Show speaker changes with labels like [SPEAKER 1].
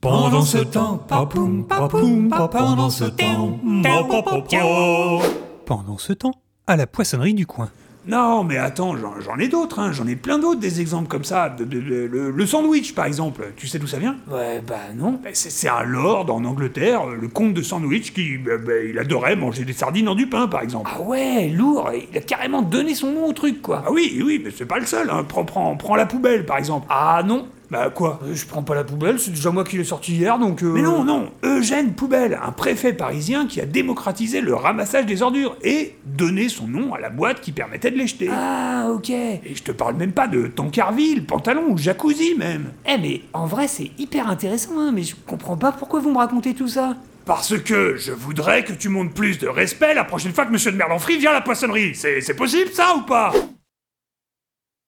[SPEAKER 1] Pendant ce temps, papoum, papoum, pa- pendant ce temps, mm, pa- pa- pa- pa-
[SPEAKER 2] Pendant ce temps, à la poissonnerie du coin.
[SPEAKER 1] Non, mais attends, j'en j'en ai d'autres, hein, j'en ai plein d'autres des exemples comme ça. De- de- de- le, le sandwich, par exemple, tu sais d'où ça vient Ouais, bah non. C'est c'est un lord en Angleterre, le comte de sandwich, qui bah, bah, il adorait manger des sardines dans du pain, par exemple.
[SPEAKER 3] Ah ouais, lourd, il a carrément donné son nom au truc, quoi.
[SPEAKER 1] Ah oui, oui, mais c'est pas le seul. Hein. Prends, prends- prends la poubelle, par exemple.
[SPEAKER 3] Ah non,
[SPEAKER 1] Bah quoi
[SPEAKER 3] euh, je prends pas la poubelle, c'est déjà moi qui l'ai sorti hier, donc... euh,
[SPEAKER 1] Mais non, non, Eugène Poubelle, un préfet parisien qui a démocratisé le ramassage des ordures et donné son nom à la boîte qui permettait de les jeter.
[SPEAKER 3] Ah, ok. Eh,
[SPEAKER 1] Et je te parle même pas de Tancarville, pantalon ou jacuzzi même.
[SPEAKER 3] Eh, mais en vrai, c'est hyper intéressant, hein, mais je comprends pas pourquoi vous me racontez tout ça.
[SPEAKER 1] Parce que je voudrais que tu montes plus de respect la prochaine fois que Monsieur de Merlanfry vient à la poissonnerie. C'est c'est possible ça ou pas